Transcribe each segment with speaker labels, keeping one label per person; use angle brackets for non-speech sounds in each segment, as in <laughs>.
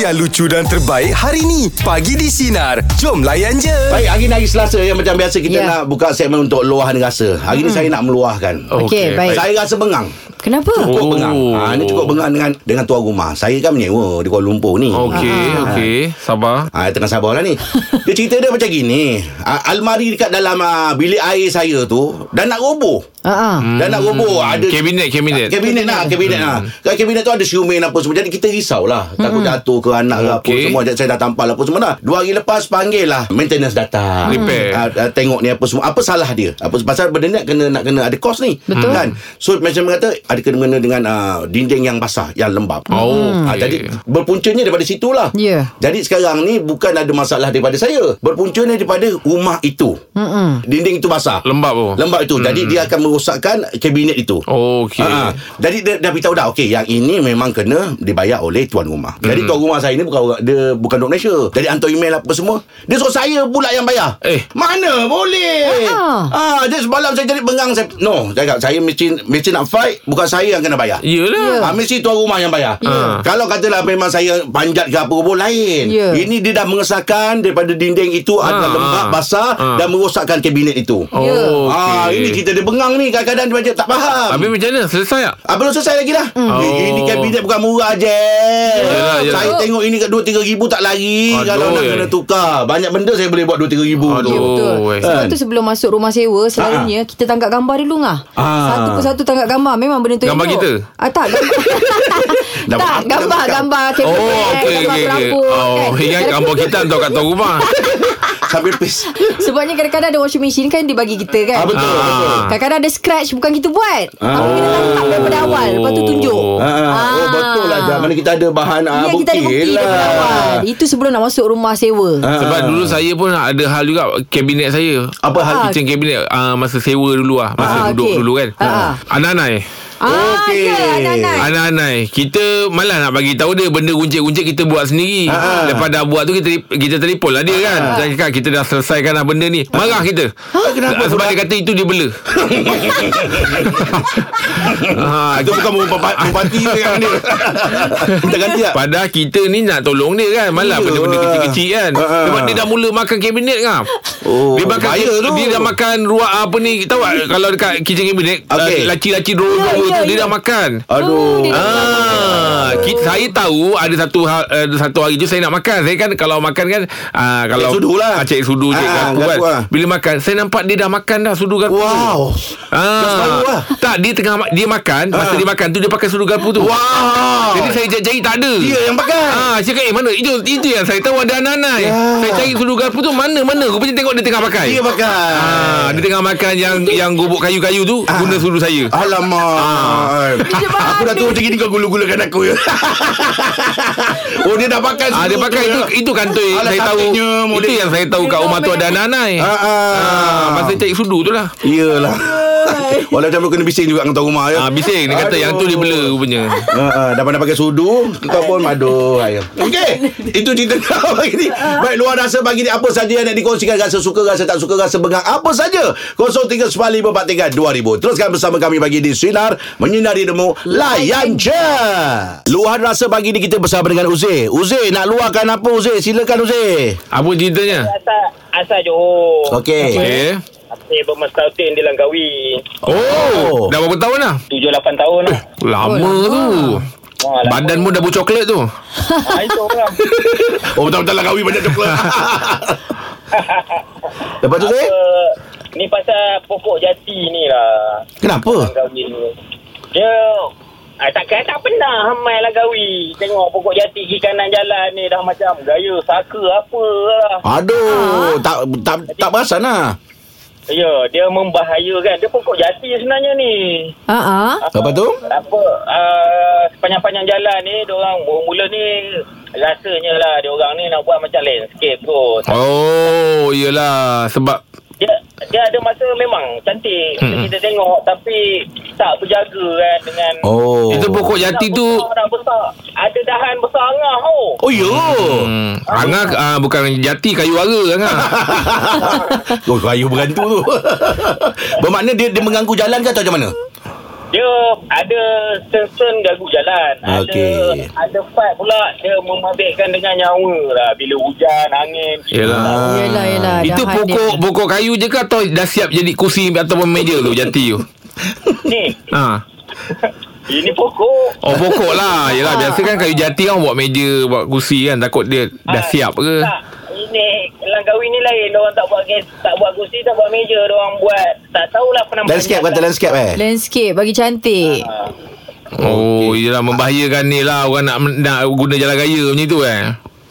Speaker 1: yang lucu dan terbaik hari ni. Pagi di Sinar. Jom layan je.
Speaker 2: Baik, hari ni hari Selasa yang macam biasa kita
Speaker 3: Ya.
Speaker 2: yeah. nak buka segmen untuk luahan rasa. Hari ni
Speaker 4: Hmm.
Speaker 2: saya nak meluahkan.
Speaker 3: Okey, baik.
Speaker 2: Saya rasa bengang.
Speaker 3: Kenapa?
Speaker 2: Cukup
Speaker 4: Oh.
Speaker 2: bengang. Ha, ni cukup bengang dengan dengan tuan rumah. Saya kan menyewa di Kuala Lumpur ni.
Speaker 4: Okey, okey. Sabar.
Speaker 2: Ah, tengah sabar
Speaker 4: <laughs>
Speaker 2: lah ni Dia cerita dia macam gini ah, Almari dekat dalam ah, bilik air saya tu Dah nak roboh
Speaker 3: Ha ah.
Speaker 2: Dah nak roboh Oh, ada
Speaker 4: Hmm. Kabinet, kabinet.
Speaker 2: Kabinet lah Kabinet
Speaker 4: Hmm.
Speaker 2: lah Kat kabinet tu ada siumin apa semua Jadi kita risau lah Takut jatuh ke anak ke apa
Speaker 4: Hmm. Okey.
Speaker 2: semua Jadi Saya dah tampal lah apa semua dah Dua hari lepas panggil lah Maintenance datang
Speaker 4: Repair.
Speaker 2: Ah, ah, Tengok ni apa semua Apa salah dia apa, Pasal benda ni nak kena, nak kena ada kos ni Betul kan? So macam kata Ada kena-kena dengan ah, Dinding yang basah Yang lembab
Speaker 4: Oh,
Speaker 2: Ah,
Speaker 4: okey.
Speaker 2: Jadi berpuncanya daripada situ lah
Speaker 3: Ya.
Speaker 2: Jadi sekarang ni Bukan ada masalah daripada saya Berpuncanya daripada rumah itu
Speaker 3: Mm-mm.
Speaker 2: Dinding itu basah
Speaker 4: Lembab Mm. tu.
Speaker 2: Lembab itu Jadi dia akan merosakkan Kabinet itu
Speaker 4: Okey.
Speaker 2: Ha, ha. Jadi dia dah beritahu dah okey yang ini memang kena dibayar oleh tuan rumah. Jadi
Speaker 4: Hmm.
Speaker 2: tuan rumah saya ni bukan orang dia bukan orang Malaysia. Jadi hantar email apa semua. Dia suruh saya pula yang bayar.
Speaker 4: Eh.
Speaker 2: mana boleh?
Speaker 3: Ha,
Speaker 2: Ha, dia semalam saya jadi bengang saya no, saya cakap saya mesti mesti nak fight bukan saya yang kena bayar.
Speaker 4: Yelah.
Speaker 2: Ha, mesti tuan rumah yang bayar.
Speaker 4: Ya.
Speaker 2: Kalau katalah memang saya panjat ke apa pun lain.
Speaker 3: Ya.
Speaker 2: Ini dia dah mengesahkan daripada dinding itu ha. ada
Speaker 4: Ha,
Speaker 2: lembab
Speaker 4: ha.
Speaker 2: basah
Speaker 4: Ha.
Speaker 2: dan merosakkan kabinet itu.
Speaker 3: Ya.
Speaker 4: Oh, okey.
Speaker 2: Ah, ini kita dia bengang ni kadang-kadang dia macam tak faham.
Speaker 4: Habis macam mana? Selesai tak?
Speaker 2: Ah, belum selesai lagi dah hmm. oh.
Speaker 4: Oh.
Speaker 2: Ini kabinet bukan murah je
Speaker 4: Yalah, yalah.
Speaker 2: Saya tengok ini kat 2-3 ribu tak lari
Speaker 4: Aduh,
Speaker 2: Kalau nak
Speaker 4: eh.
Speaker 2: kena tukar Banyak benda saya boleh buat 2-3 ribu
Speaker 4: Aduh.
Speaker 2: tu
Speaker 3: Ya betul
Speaker 4: eh.
Speaker 3: Sebab tu sebelum masuk rumah sewa Selalunya kita tangkap gambar dulu lah
Speaker 2: Ah.
Speaker 3: Satu persatu tangkap gambar Memang benda tu
Speaker 4: Gambar
Speaker 3: elok.
Speaker 4: kita?
Speaker 3: ah, Tak gambar
Speaker 2: Dah
Speaker 3: Tak
Speaker 2: apa-
Speaker 3: gambar Gambar kabel
Speaker 4: Oh, okey,
Speaker 3: Gambar
Speaker 4: okey, okey.
Speaker 3: perampun
Speaker 4: Oh,
Speaker 3: kan.
Speaker 4: <laughs> ingat kampung kita hantar kat tuan rumah.
Speaker 2: Sambil pis
Speaker 3: Sebabnya kadang-kadang ada washing machine kan Dia bagi kita kan
Speaker 2: Ah, betul,
Speaker 4: Ah. betul.
Speaker 3: Kadang-kadang ada scratch Bukan kita buat Tapi kita tangkap daripada awal Lepas tu tunjuk
Speaker 4: Oh.
Speaker 2: ah. Oh betul lah Dah mana kita ada bahan ah,
Speaker 3: Ya
Speaker 2: bukti,
Speaker 3: kita ada bukti
Speaker 2: lah.
Speaker 3: daripada awal Itu sebelum nak masuk rumah sewa
Speaker 2: Ah.
Speaker 4: Sebab dulu saya pun ada hal juga kabinet saya.
Speaker 2: Apa hal?
Speaker 3: Ah.
Speaker 4: Kitchen kabinet uh, masa sewa dulu lah. Masa
Speaker 3: Ah,
Speaker 4: duduk
Speaker 3: okey.
Speaker 4: dulu kan.
Speaker 3: Ah.
Speaker 4: Anak-anak.
Speaker 3: Ah,
Speaker 2: Okey.
Speaker 3: ya, anak-anak.
Speaker 4: Anak-anak Kita malah nak bagi tahu dia Benda runcit-runcit kita buat sendiri
Speaker 2: Ah.
Speaker 4: Lepas dah buat tu Kita kita telefon lah dia kan Saya cakap kita dah selesaikan lah benda ni Marah kita
Speaker 2: Ah.
Speaker 4: Ah,
Speaker 2: Kenapa
Speaker 4: Sebab dia kata itu dia
Speaker 2: <laughs>
Speaker 4: bela ha,
Speaker 2: Itu bukan bupati dengan
Speaker 3: <laughs>
Speaker 2: dia Kita ganti lah. tak
Speaker 4: Padahal kita ni nak tolong dia kan
Speaker 2: Ya.
Speaker 4: Malah benda-benda kecil-kecil kan
Speaker 2: Ha, ha.
Speaker 4: Sebab dia dah mula makan kabinet kan
Speaker 2: Oh,
Speaker 4: Dia makan
Speaker 2: bahaya tu.
Speaker 4: Dia dah makan ruang apa ni Tahu tak kalau dekat kitchen kabinet
Speaker 2: Okey.
Speaker 4: okay. Laci-laci dua-dua
Speaker 3: Ya, ya,
Speaker 4: tu Dia
Speaker 3: ya.
Speaker 4: dah makan
Speaker 2: Aduh
Speaker 3: Oh, dia-
Speaker 4: Ah, kita, saya tahu ada satu hal- ada satu hari tu saya nak makan. Saya kan kalau makan kan ah, kalau
Speaker 2: sudu lah.
Speaker 4: Ah, cek sudu cek
Speaker 2: Ah,
Speaker 4: garpu kan.
Speaker 2: garpu lah.
Speaker 4: Bila makan saya nampak dia dah makan dah sudu garpu.
Speaker 2: Wow Dah
Speaker 4: Ah,
Speaker 2: separuh lah. Ah.
Speaker 4: tak dia tengah ma- dia makan, masa dia makan tu dia pakai sudu garpu tu.
Speaker 2: Wow
Speaker 4: Jadi saya cari tak ada.
Speaker 2: Dia yang pakai
Speaker 4: Ah, saya kata, eh mana? Itu itu yang saya tahu ada anak-anak. eh.
Speaker 2: Ya.
Speaker 4: Saya cari sudu garpu tu mana mana. Rupanya tengok dia tengah pakai.
Speaker 2: Dia pakai
Speaker 4: Ah, dia tengah makan yang yang gubuk kayu-kayu tu
Speaker 2: Ah.
Speaker 4: guna sudu saya.
Speaker 2: Alamak
Speaker 3: Dia bahan
Speaker 2: Aku dah
Speaker 3: ni.
Speaker 2: tahu macam gini Kau gula-gulakan aku <laughs> ya Oh dia dah pakai
Speaker 4: Ah, dia pakai itu itu kantoi
Speaker 2: Alah,
Speaker 4: saya tahu.
Speaker 2: cantiknya, model.
Speaker 4: Itu yang saya tahu kat rumah tu ada anak-anak.
Speaker 2: Ah, ah.
Speaker 4: Ah, pasal cek sudu tu lah.
Speaker 2: Iyalah Walau macam kena bising juga Dengan tuan rumah ya
Speaker 4: Ah, bising dia kata yang tu dia bela rupanya.
Speaker 2: Uh, uh, dah pandai pakai sudu Kita pun aduh ayam. Okey Itu cerita <laughs> kau pagi ni Baik luar rasa pagi ni Apa saja yang nak dikongsikan Rasa suka Rasa tak suka Rasa bengang Apa saja 0395432000 Teruskan bersama kami pagi di Sinar Menyinari Demo Layan je Luahan rasa pagi ni Kita bersama dengan Uzi Uzi nak luahkan apa Uzi Silakan Uzi
Speaker 4: Apa ceritanya? Eh,
Speaker 5: Asal asal Johor.
Speaker 2: Okey
Speaker 4: Okey.
Speaker 5: Saya bermastautin di Langkawi.
Speaker 4: Oh, dah berapa tahun dah?
Speaker 5: 7 8 tahun lah.
Speaker 4: Lama tu.
Speaker 5: Wah, lama.
Speaker 4: Badan pun dah bercoklat tu.
Speaker 5: Ah, itu orang.
Speaker 2: Oh betul-betul lah kahwin banyak coklat <laughs> Lepas tu Uzi
Speaker 5: Uh, ni pasal pokok jati ni lah.
Speaker 2: Kenapa?
Speaker 5: Langkawi ni. Dia Ah, takkan tak pernah hamai Langkawi. Tengok pokok jati kiri kanan jalan ni dah macam gaya saka apa lah.
Speaker 2: Ah. Aduh Tak tak, tak perasan lah
Speaker 5: Ya, dia membahayakan. Dia pokok jati sebenarnya ni.
Speaker 3: Ah, ah.
Speaker 2: Lepas tu
Speaker 5: apa uh, sepanjang-panjang jalan ni dia orang mula ni rasanya lah dia orang ni nak buat macam landscape kot.
Speaker 4: Oh, yelah sebab
Speaker 5: Dia dia ada masa memang cantik
Speaker 4: Mm-mm.
Speaker 5: hmm. kita tengok tapi tak berjaga kan dengan
Speaker 2: Oh.
Speaker 4: itu pokok jati
Speaker 5: Dah
Speaker 4: tu
Speaker 5: besar, dah besar. Ada dahan besar angah oh.
Speaker 2: Oh yo. <laughs>
Speaker 4: Hmm, angah ah, bukan jati kayu kan? Ah, ara angah.
Speaker 2: <laughs> Oh kayu berantu tu. Bermakna dia dia mengganggu jalan ke atau macam mana?
Speaker 5: Dia ada sensen gagu jalan.
Speaker 2: Okey.
Speaker 5: Ada ada fight pula dia memabitkan dengan nyawa lah bila hujan, angin.
Speaker 4: Yelah
Speaker 3: Ah. Yelah, yelah.
Speaker 4: Itu
Speaker 3: jahat dia.
Speaker 4: pokok pokok kayu je ke Atau dah siap jadi kursi Ataupun meja tu Jati tu
Speaker 5: Ni,
Speaker 4: ha.
Speaker 5: ini pokok.
Speaker 4: Oh pokok lah
Speaker 5: Ah.
Speaker 4: Yelah biasa kan kayu jati kan Buat meja Buat kursi kan Takut dia dah
Speaker 5: Ah,
Speaker 4: siap ke
Speaker 5: Tak. Ini Langkawi ni lain. Orang tak buat kes, tak buat kursi, tak buat meja. Orang buat tak tahulah penampilan.
Speaker 2: Landscape kata landscape eh. Ah.
Speaker 3: Landscape bagi cantik.
Speaker 4: Oh yelah membahayakan ni lah Orang nak, nak guna jalan raya macam tu eh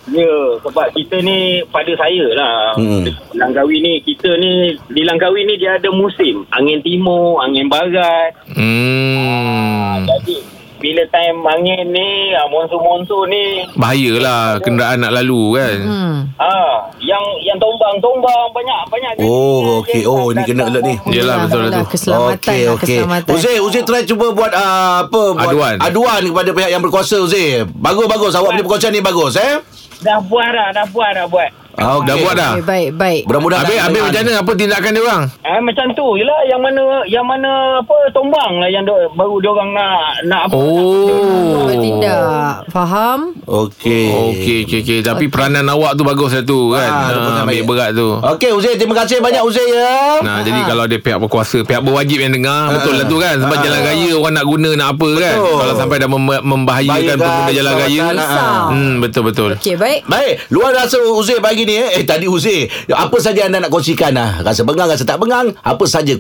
Speaker 5: Ya, sebab kita ni pada saya lah.
Speaker 2: Hmm.
Speaker 5: Hmm. Langkawi ni, kita ni, di Langkawi ni dia ada musim. Angin timur, angin barat.
Speaker 4: Hmm
Speaker 5: Jadi, bila time angin ni, ah, monsun-monsun ni,
Speaker 4: Bahayalah kenderaan nak lalu kan
Speaker 3: Hmm.
Speaker 5: ah, yang yang tombang-tombang banyak-banyak.
Speaker 2: Oh, okey. Oh, ni kena alert ni.
Speaker 4: Yelah, betul lah
Speaker 3: Alah,
Speaker 4: tu.
Speaker 3: Keselamatan okay, okay. keselamatan.
Speaker 2: Uzi, Uzi try cuba buat uh, apa buat
Speaker 4: Aduan.
Speaker 2: aduan kepada pihak yang berkuasa Uzi. Bagus bagus awak punya perkongsian ni bagus eh.
Speaker 5: Dah buat lah, dah, dah buat, dah buat.
Speaker 2: Ah,
Speaker 4: Dah buat dah
Speaker 3: Okay, baik, baik.
Speaker 2: Mudah-mudahan
Speaker 4: Habis,
Speaker 2: tak
Speaker 4: habis
Speaker 2: dengar
Speaker 4: macam
Speaker 2: ni.
Speaker 4: mana Apa tindakan dia orang
Speaker 5: Ah, macam tu je lah yang mana yang mana apa tombang lah yang do, baru dia orang nak nak apa
Speaker 4: Oh
Speaker 3: Bertindak. Faham?
Speaker 2: Okey.
Speaker 4: Okey okey okey tapi peranan awak tu bagus lah tu kan.
Speaker 2: Ah, tu pun
Speaker 4: Ha,
Speaker 2: yang
Speaker 4: ambil
Speaker 2: baik.
Speaker 4: berat tu.
Speaker 2: Okey Uzi, terima kasih banyak Uzi ya.
Speaker 4: Nah, jadi kalau ada pihak berkuasa, pihak berwajib yang dengar, betul lah tu kan. Sebab
Speaker 2: Ah.
Speaker 4: jalan raya orang nak guna nak apa kan.
Speaker 2: Betul.
Speaker 4: Kalau sampai dah mem- membahayakan
Speaker 2: Bahayakan
Speaker 4: pengguna jalan raya.
Speaker 2: keselamatan,
Speaker 3: ah.
Speaker 4: Hmm, betul betul.
Speaker 3: Okey, baik.
Speaker 2: Baik, luar rasa Uzi pagi ni eh. Eh tadi Uzi, apa saja anda nak kongsikan ah? Rasa bengang, rasa tak bengang, apa saja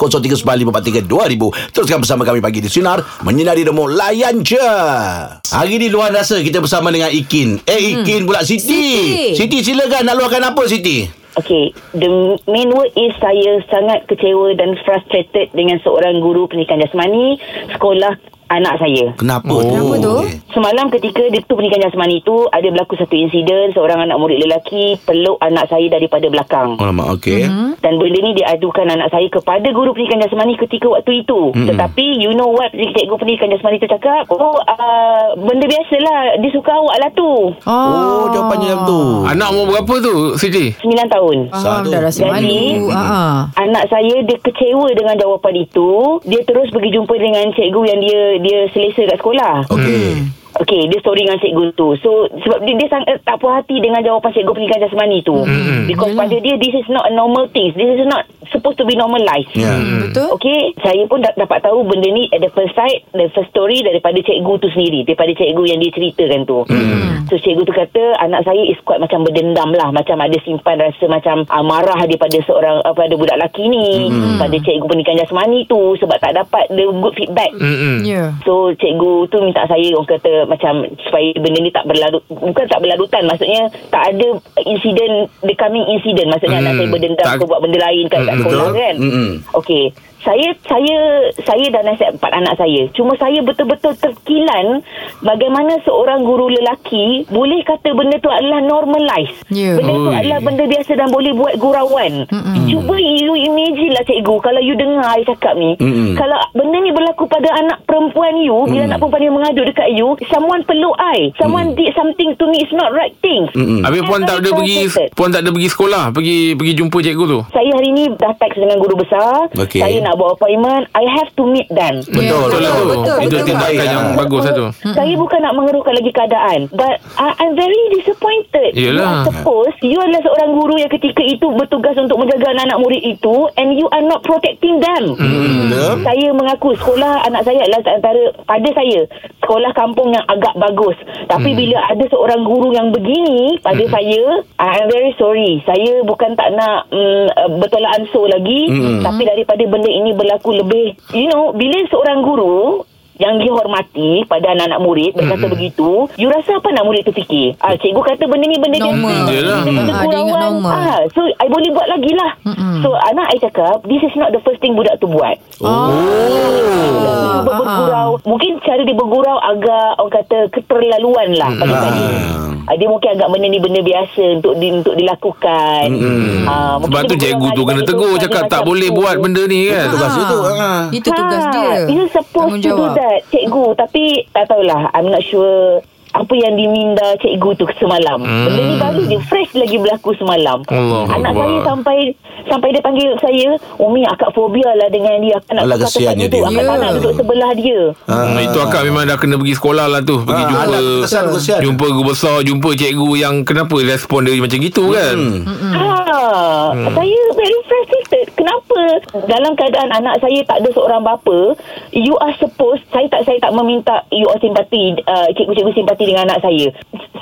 Speaker 2: 0395432000. Teruskan bersama kami pagi di Sinar menyinari demo layan je. Hari ni luar rasa kita bersama dengan Ikin. Eh Ikin pula Siti.
Speaker 3: Siti.
Speaker 2: Siti silakan nak luahkan apa Siti?
Speaker 6: Okay, the main word is saya sangat kecewa dan frustrated dengan seorang guru pendidikan jasmani sekolah anak saya.
Speaker 2: Kenapa
Speaker 4: Oh.
Speaker 2: tu?
Speaker 3: Kenapa tu?
Speaker 6: Semalam ketika dia tu pendidikan jasmani tu ada berlaku satu insiden seorang anak murid lelaki peluk anak saya daripada belakang.
Speaker 2: Alamak, okey. Mm-hmm.
Speaker 6: Dan benda ni diadukan anak saya kepada guru pendidikan jasmani ketika waktu itu. Mm-hmm. Tetapi you know what cikgu pendidikan jasmani tu cakap, oh uh, benda biasalah, dia suka awak lah tu.
Speaker 2: Oh, jawapannya macam tu.
Speaker 4: Anak umur berapa tu, Siti?
Speaker 6: 9 tahun.
Speaker 3: Faham
Speaker 2: Satu. hmm.
Speaker 3: dah rasa
Speaker 6: Jadi-
Speaker 3: malu. Ha.
Speaker 6: Anak saya dia kecewa dengan jawapan itu. Dia terus pergi jumpa dengan cikgu yang dia dia selesa kat sekolah.
Speaker 2: Okey.
Speaker 6: Okey, dia story dengan cikgu tu. So sebab dia, dia sangat tak puas hati dengan jawapan cikgu pendidikan jasmani tu. Mm. Because pada dia this is not a normal thing. This is not supposed to be normalized.
Speaker 2: Ya.
Speaker 3: Betul?
Speaker 6: Okey, saya pun da- dapat tahu benda ni at the first sight, the first story daripada cikgu tu sendiri, daripada cikgu yang dia ceritakan tu. Hmm. So cikgu tu kata anak saya is quite macam berdendam lah, macam ada simpan rasa macam uh, marah daripada seorang uh, pada budak lelaki ni, hmm. pada cikgu pendidikan jasmani tu sebab tak dapat the good feedback. Hmm.
Speaker 4: Hmm.
Speaker 3: Ya.
Speaker 6: So cikgu tu minta saya orang kata macam supaya benda ni tak berlarut bukan tak berlarutan maksudnya tak ada insiden becoming insiden maksudnya
Speaker 4: Hmm.
Speaker 6: hmm. anak saya berdendam
Speaker 4: Tak-
Speaker 6: ke buat benda lain kat, kat
Speaker 2: Mm,
Speaker 6: sekolah
Speaker 2: betul.
Speaker 6: kan.
Speaker 2: Mm-mm.
Speaker 6: Okey. Saya saya saya dah nasihat empat anak saya. Cuma saya betul-betul terkilan bagaimana seorang guru lelaki boleh kata benda tu adalah normalize.
Speaker 3: Ya.
Speaker 6: Benda tu
Speaker 4: Oi.
Speaker 6: adalah benda biasa dan boleh buat gurauan. Mm-mm. Cuba you imagine lah cikgu kalau you dengar I cakap ni.
Speaker 2: Mm-mm.
Speaker 6: Kalau benda ni berlaku pada anak perempuan you, bila anak perempuan you mengadu dekat you, someone peluk I, someone did something to me, it's not right thing.
Speaker 2: Mm-mm.
Speaker 4: Hmm. Habis puan tak ada pergi puan tak ada pergi sekolah, pergi pergi jumpa cikgu tu.
Speaker 6: Saya hari ni dah teks dengan guru besar.
Speaker 2: Okey.
Speaker 6: Saya nak buat appointment. I have to meet them.
Speaker 2: Betul.
Speaker 4: Betul lah tu.
Speaker 3: Betul,
Speaker 4: Itu
Speaker 3: betul.
Speaker 4: tindakan yang
Speaker 2: Baik.
Speaker 4: bagus lah tu.
Speaker 6: Saya bukan nak mengeruhkan lagi keadaan But I, I'm very disappointed
Speaker 4: Yelah.
Speaker 6: You are supposed You adalah seorang guru yang ketika itu Bertugas untuk menjaga anak-anak murid itu And you are not protecting them
Speaker 2: Mm.
Speaker 6: Saya mengaku Sekolah anak saya adalah antara Pada saya Sekolah kampung yang agak bagus Tapi bila ada seorang guru yang begini Pada saya I- I'm very sorry Saya bukan tak nak mm, uh, Bertolak ansur lagi Tapi daripada benda ini berlaku lebih You know Bila seorang guru yang dihormati pada anak-anak murid berkata mm-hmm. begitu you rasa apa anak murid tu fikir ah cikgu kata benda ni benda
Speaker 3: Normal.
Speaker 6: biasa
Speaker 4: Yelah.
Speaker 6: Benda
Speaker 3: Ah, dia ingat
Speaker 6: gurauan.
Speaker 3: normal.
Speaker 6: ah, so I boleh buat lagi lah
Speaker 3: Mm-mm.
Speaker 6: so anak I cakap this is not the first thing budak tu buat
Speaker 3: Ah. Oh.
Speaker 6: Ber- bergurau mungkin cara dia bergurau agak orang kata keterlaluan lah pada saya Ah, dia mungkin agak benda ni benda biasa untuk di, untuk dilakukan ah,
Speaker 4: Sebab
Speaker 6: mungkin dia
Speaker 4: tu
Speaker 6: bergurau
Speaker 4: cikgu tu
Speaker 6: agak
Speaker 4: kena
Speaker 6: macam
Speaker 4: tegur
Speaker 6: tu,
Speaker 4: cakap
Speaker 6: agak
Speaker 4: tak
Speaker 6: macam
Speaker 4: boleh
Speaker 6: tu.
Speaker 4: buat benda ni kan.
Speaker 2: Tugas dia tu. Ha.
Speaker 3: Itu tugas
Speaker 6: Ha,
Speaker 3: dia.
Speaker 6: You supposed to do
Speaker 3: Tanggungjawab.
Speaker 6: that Cikgu Tapi tak tahulah I'm not sure apa yang diminda cikgu tu semalam. Hmm. Benda ni baru je fresh lagi berlaku semalam.
Speaker 4: Allah Akbar.
Speaker 6: Anak saya sampai sampai dia panggil saya, "Umi akak fobia lah dengan dia. Akak nak
Speaker 2: Alah,
Speaker 6: tukar tempat
Speaker 2: kesiannya
Speaker 6: duduk.
Speaker 2: dia.
Speaker 6: Akak tak nak
Speaker 3: Ya.
Speaker 6: duduk sebelah dia."
Speaker 4: Hmm, itu akak memang dah kena pergi sekolah lah tu Pergi
Speaker 2: Ah,
Speaker 4: jumpa
Speaker 2: anak kesan, kesian.
Speaker 4: Jumpa guru besar Jumpa cikgu yang Kenapa respon dia macam gitu kan
Speaker 2: Hmm.
Speaker 6: Ha, hmm. saya very frustrated. Kenapa dalam keadaan anak saya tak ada seorang bapa, you are supposed saya tak saya tak meminta you all simpati uh, cikgu-cikgu simpati dengan anak saya.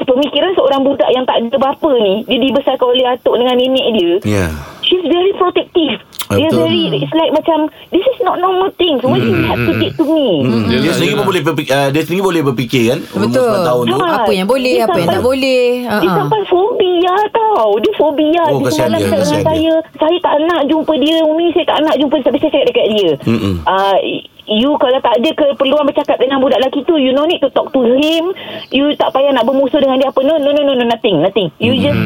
Speaker 6: Pemikiran seorang budak yang tak ada bapa ni, dia dibesarkan oleh atuk dengan nenek dia.
Speaker 2: Ya.
Speaker 6: She's very protective. Dia
Speaker 2: Betul. Hmm.
Speaker 6: very it's like macam this is not normal things. Why you have to did to me?
Speaker 2: Dia
Speaker 4: Yelah,
Speaker 2: sendiri
Speaker 4: yelah.
Speaker 2: pun boleh berpikir, uh, dia sendiri boleh berfikir kan umur
Speaker 3: Betul.
Speaker 2: 9 tahun tu.
Speaker 6: Ha.
Speaker 3: Apa yang boleh,
Speaker 6: Dia
Speaker 3: apa yang
Speaker 6: sampai-
Speaker 3: tak boleh. Ah,
Speaker 6: Dia
Speaker 3: Ha-ha.
Speaker 6: sampai fobia tau Dia fobia
Speaker 2: Oh,
Speaker 6: Dia
Speaker 2: kesian
Speaker 6: semalam
Speaker 2: dia,
Speaker 6: cakap
Speaker 2: kesian
Speaker 6: dengan
Speaker 2: dia.
Speaker 6: saya Saya tak nak jumpa dia Umi saya tak nak jumpa dia Tapi saya cakap dekat dia
Speaker 2: Mm-mm.
Speaker 6: uh, You kalau tak ada keperluan bercakap dengan budak lelaki tu You no need to talk to him You tak payah nak bermusuh dengan dia apa No no no no, no nothing nothing You just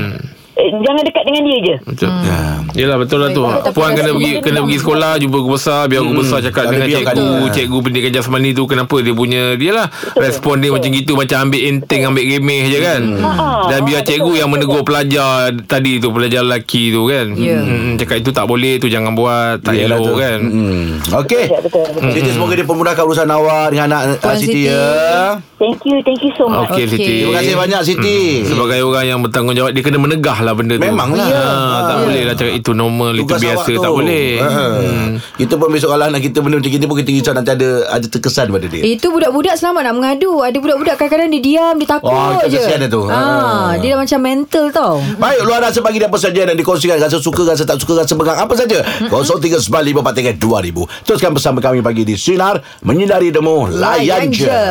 Speaker 6: eh, Jangan dekat dengan dia je
Speaker 4: Betul
Speaker 2: Ya.
Speaker 4: Yelah betul lah tu
Speaker 3: Baik, tapi
Speaker 4: Puan kena
Speaker 3: rasa
Speaker 4: pergi
Speaker 3: benda
Speaker 4: Kena
Speaker 3: dia
Speaker 4: pergi
Speaker 3: memang-
Speaker 4: sekolah Jumpa guru besar Biar guru besar
Speaker 2: Tak
Speaker 4: cakap
Speaker 2: Hmm. ada
Speaker 4: Dengan
Speaker 2: biarkan
Speaker 4: cikgu
Speaker 2: dia.
Speaker 4: Cikgu pendidikan jasmani tu Kenapa dia punya Dia lah Respon dia macam gitu Macam ambil enteng Ambil remeh je kan
Speaker 2: Hmm.
Speaker 6: Ha-ha.
Speaker 4: Dan biar
Speaker 6: Ha,
Speaker 4: cikgu
Speaker 6: betul,
Speaker 4: yang
Speaker 6: betul.
Speaker 4: menegur pelajar Tadi tu Pelajar lelaki tu kan
Speaker 3: Ya.
Speaker 4: Mm, Cakap itu tak boleh Tu jangan buat Tak
Speaker 2: Yelah
Speaker 4: elok
Speaker 2: tu. Hmm.
Speaker 4: kan Hmm.
Speaker 2: Mm-mm. Okey.
Speaker 6: Betul, betul, betul.
Speaker 2: Siti semoga dia pemudahkan urusan awak dengan anak uh,
Speaker 3: Puan
Speaker 2: Siti
Speaker 3: Siti.
Speaker 2: ya.
Speaker 6: Thank you thank you so much
Speaker 4: Okey
Speaker 3: Okey.
Speaker 4: Siti
Speaker 2: Terima kasih banyak Siti.
Speaker 4: Sebagai orang yang bertanggungjawab Dia kena menegah lah benda tu
Speaker 2: Memanglah.
Speaker 4: ha, Tak
Speaker 2: Ya.
Speaker 4: boleh lah cakap Itu normal Itu
Speaker 2: Tugas
Speaker 4: biasa
Speaker 2: awak tu.
Speaker 4: Tak boleh
Speaker 2: Ha.
Speaker 4: hmm.
Speaker 2: Kita pun besok kalau anak kita benda macam kita pun kita risau nanti ada ada terkesan pada dia.
Speaker 3: Itu budak-budak selamat nak mengadu. Ada budak-budak kadang-kadang dia diam, dia takut
Speaker 2: Wah, itu
Speaker 3: je.
Speaker 2: kesian dia tu. Ah.
Speaker 3: Ah, dia dah macam mental tau.
Speaker 2: Baik, luar rasa pagi ni apa saja dan dikongsikan rasa suka, rasa tak suka, rasa bengang apa saja. 0395432000. Teruskan bersama kami pagi di Sinar menyinari demo layan
Speaker 3: Layan
Speaker 2: je.
Speaker 3: je.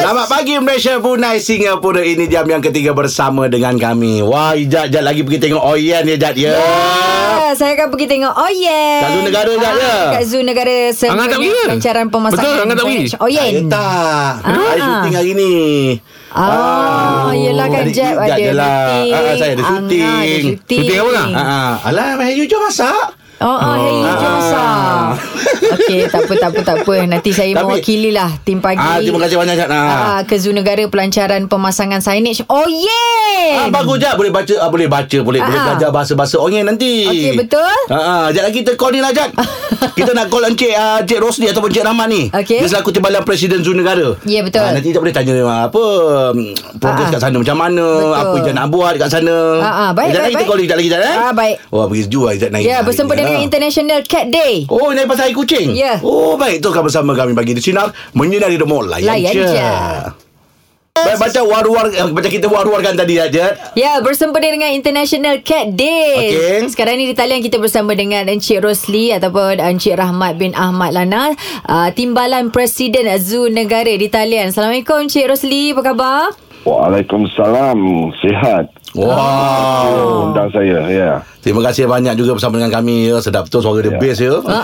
Speaker 2: Selamat pagi Malaysia Brunei Singapura ini jam yang ketiga bersama dengan kami. Wah, Ijat Jat lagi pergi tengok Oyen ya Jat ya.
Speaker 3: Ah, saya akan pergi tengok Oh yeah
Speaker 2: Kat zoo negara kat ya?
Speaker 3: Kat zoo negara
Speaker 4: Angah tak pergi ke?
Speaker 3: Pencaran pemasakan
Speaker 4: Betul, Angah tak pergi?
Speaker 3: Oh yeah
Speaker 2: Ya tak. Saya syuting hari ni.
Speaker 3: Ah, yelah kan
Speaker 2: Adik
Speaker 3: Jeb
Speaker 2: Ijat
Speaker 3: ada
Speaker 2: je lah.
Speaker 3: meeting.
Speaker 2: Ah, ah, saya ada
Speaker 3: Angah
Speaker 2: syuting.
Speaker 3: syuting.
Speaker 4: Syuting apa, Angah?
Speaker 2: Ha ah. Alah, Mayu je masak.
Speaker 3: Oh, oh, hey, jom
Speaker 2: Ah.
Speaker 3: masak. Okey, tak apa, tak apa, tak apa. Nanti saya
Speaker 2: Tapi-
Speaker 3: mewakili lah tim pagi.
Speaker 2: Ah, terima kasih banyak Jat.
Speaker 3: Ah, ke Zoo Negara Pelancaran Pemasangan Signage. Oh, yeah!
Speaker 2: Ah, bagus je boleh baca ah, boleh baca boleh
Speaker 3: Ah,
Speaker 2: boleh
Speaker 3: ah.
Speaker 2: belajar bahasa-bahasa orang nanti.
Speaker 3: Okey, betul.
Speaker 2: Ha ah, jap lagi kita call ni lah
Speaker 3: <laughs>
Speaker 2: Jat. kita nak call Encik uh, Encik Rosli ataupun Encik Rahman ni.
Speaker 3: Okey.
Speaker 2: Dia selaku timbalan presiden Zoo Negara.
Speaker 3: Ya, betul.
Speaker 2: Ah, nanti kita boleh tanya ah, apa mm, progres
Speaker 3: Ah,
Speaker 2: kat
Speaker 3: ah.
Speaker 2: sana macam mana,
Speaker 3: Betul.
Speaker 2: apa yang nak buat kat sana.
Speaker 3: Ah, ah, baik,
Speaker 2: Jap
Speaker 3: baik,
Speaker 2: lagi kita
Speaker 3: baik.
Speaker 2: call Jat lagi Jat eh.
Speaker 3: Ah, baik.
Speaker 2: Wah, pergi sejuk ah Jat naik.
Speaker 3: Ya, bersempena dengan International Cat Day.
Speaker 2: Oh, ini pasal air kucing?
Speaker 3: Ya.
Speaker 2: Oh, baik. Teruskan bersama kami bagi di Sinar. Menyinari demo. Layan,
Speaker 3: Layan
Speaker 2: je.
Speaker 3: je.
Speaker 2: Baik, baca war-war, eh, macam kita war-warkan tadi aja.
Speaker 3: Ya, bersempena dengan International Cat Day.
Speaker 2: Okey.
Speaker 3: Sekarang ni di talian kita bersama dengan Encik Rosli ataupun Encik Rahmat bin Ahmad Lana, uh, Timbalan Presiden Zoo Negara di talian. Assalamualaikum Encik Rosli, apa khabar?
Speaker 7: Waalaikumsalam. Sihat.
Speaker 2: Wow.
Speaker 7: Oh. Undang saya, ya. Yeah.
Speaker 2: Terima kasih banyak juga bersama dengan kami ya. Sedap betul suara dia bass ya. ha.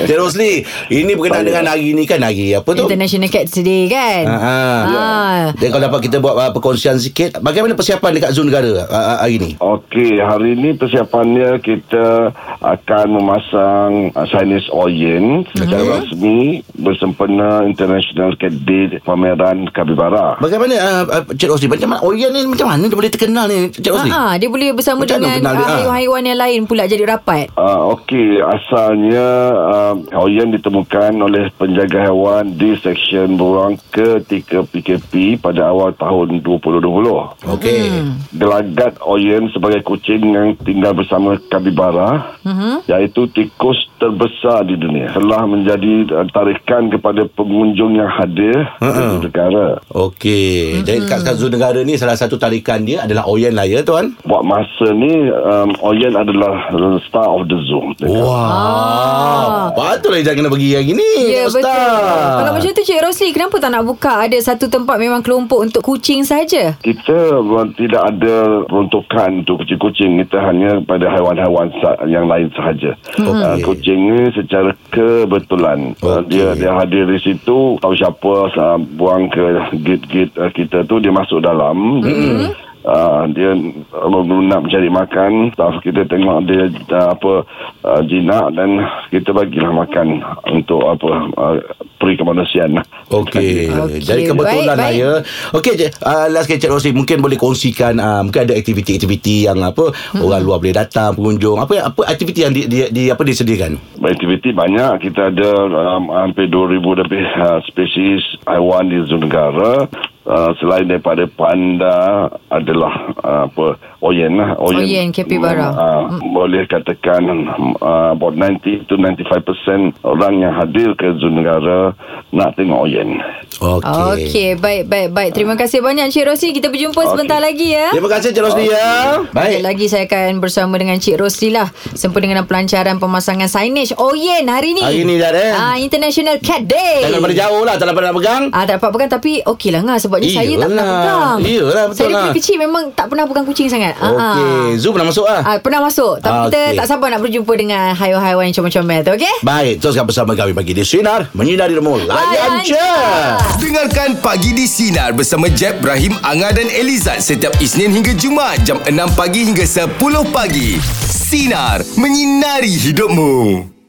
Speaker 3: <laughs>
Speaker 2: Cik Rosli, ini berkenaan dengan hari ni kan hari apa tu?
Speaker 3: International Cat Day kan?
Speaker 2: Ha.
Speaker 3: Ah.
Speaker 2: Dan kalau dapat kita buat uh, perkongsian sikit, bagaimana persiapan dekat Zoo Negara uh, uh, hari ni?
Speaker 7: Okey, hari ini persiapannya kita akan memasang uh, signage Orient secara rasmi bersempena International Cat Day pameran Kabibara.
Speaker 2: Bagaimana uh, uh, Cik Rosli, macam mana Orient ni macam mana dia boleh terkenal ni Cik Rosli?
Speaker 3: Ha, dia boleh bersama
Speaker 2: Macam mana
Speaker 3: dengan
Speaker 2: kenal dia?
Speaker 3: ah,
Speaker 2: Ah.
Speaker 3: haiwan-haiwan yang lain pula jadi rapat.
Speaker 7: Uh, Okey, asalnya uh, Hoyan ditemukan oleh penjaga haiwan di Seksyen Burang ketika PKP pada awal tahun 2020.
Speaker 2: Okey.
Speaker 3: Hmm.
Speaker 7: gelagat Oyen sebagai kucing yang tinggal bersama Kabibara uh-huh. iaitu tikus terbesar di dunia telah menjadi uh, tarikan kepada pengunjung yang hadir uh-huh. di negara
Speaker 3: Hmm.
Speaker 2: Okey. Jadi kat, kat Zoo Negara ni salah satu tarikan dia adalah Orient lah ya tuan.
Speaker 7: buat masa ni um, Oyen adalah uh, star of the zoo
Speaker 2: Ah. Wow. Ah, Patutlah Ijaz kena pergi hari ni.
Speaker 3: Ah. Ya
Speaker 2: Ustaz.
Speaker 3: betul Kalau macam tu Cik Rosli Kenapa tak nak buka Ada satu tempat memang kelompok Untuk kucing saja.
Speaker 2: Ya.
Speaker 7: kita uh, tidak ada peruntukan untuk kucing-kucing kita hanya pada haiwan-haiwan sa- yang lain sahaja
Speaker 2: Hmm. Okey.
Speaker 7: uh, kucing ni secara kebetulan uh,
Speaker 2: Okey.
Speaker 7: dia dia hadir di ah,
Speaker 2: Hmm.
Speaker 7: situ tahu siapa uh, buang ke gate-gate uh, kita tu dia masuk dalam mm-hmm. Uh, dia kalau lunak mencari makan staff kita tengok dia uh, apa uh, jinak dan kita bagilah makan untuk apa uh, peri kemanusiaan lah.
Speaker 2: Okey. Okay.
Speaker 3: Okey,
Speaker 2: Jadi kebetulan lah
Speaker 3: baik, baik.
Speaker 2: ya. Okey, Cik, uh, last ke Cik Rosli mungkin boleh kongsikan uh, mungkin ada aktiviti-aktiviti yang apa hmm. orang luar boleh datang, pengunjung. Apa apa aktiviti yang di, di, di apa disediakan?
Speaker 7: Aktiviti banyak kita ada um, hampir 2000 lebih <laughs> uh, spesies haiwan di zoo negara uh, selain daripada panda adalah uh, apa oyen lah
Speaker 3: Oyen, capybara. Hmm.
Speaker 7: uh, boleh katakan um, uh, about 90 to 95% orang yang hadir ke zoo negara nak tengok oyen
Speaker 2: Okey.
Speaker 3: Okey, okay, baik baik baik. Terima kasih banyak Cik Rosli. Kita berjumpa okay. sebentar lagi ya.
Speaker 2: Terima kasih Cik Rosli ya.
Speaker 3: Baik. Lagi saya akan bersama dengan Cik Rosli lah sempena dengan pelancaran pemasangan signage Oyen hari ni.
Speaker 2: Hari ni, Zat, eh?
Speaker 3: Ah International Cat Day.
Speaker 2: Jangan daripada jauh lah Tak dapat nak pegang
Speaker 3: Ah, tak dapat pegang tapi okey lah Ngah sebabnya saya tak pernah
Speaker 2: Iyalah.
Speaker 3: pegang.
Speaker 2: Iyalah, betul
Speaker 3: Saya daripada
Speaker 2: lah.
Speaker 3: kecil memang tak pernah pegang kucing sangat. Ah, ah.
Speaker 2: Okey Zoom pernah masuk lah
Speaker 3: Ah, pernah masuk tapi
Speaker 2: Ah,
Speaker 3: ah, kita
Speaker 2: okey.
Speaker 3: tak sabar nak berjumpa dengan haiwan-haiwan yang comel-comel tu okey?
Speaker 2: Baik Teruskan bersama kami Pagi di Sinar Menyinari rumah Layan
Speaker 3: Layan
Speaker 2: je
Speaker 1: Dengarkan Pagi di Sinar bersama Jeb, Ibrahim, Anga dan Elizad setiap Isnin hingga Jumaat jam 6 pagi hingga 10 pagi. Sinar, menyinari hidupmu.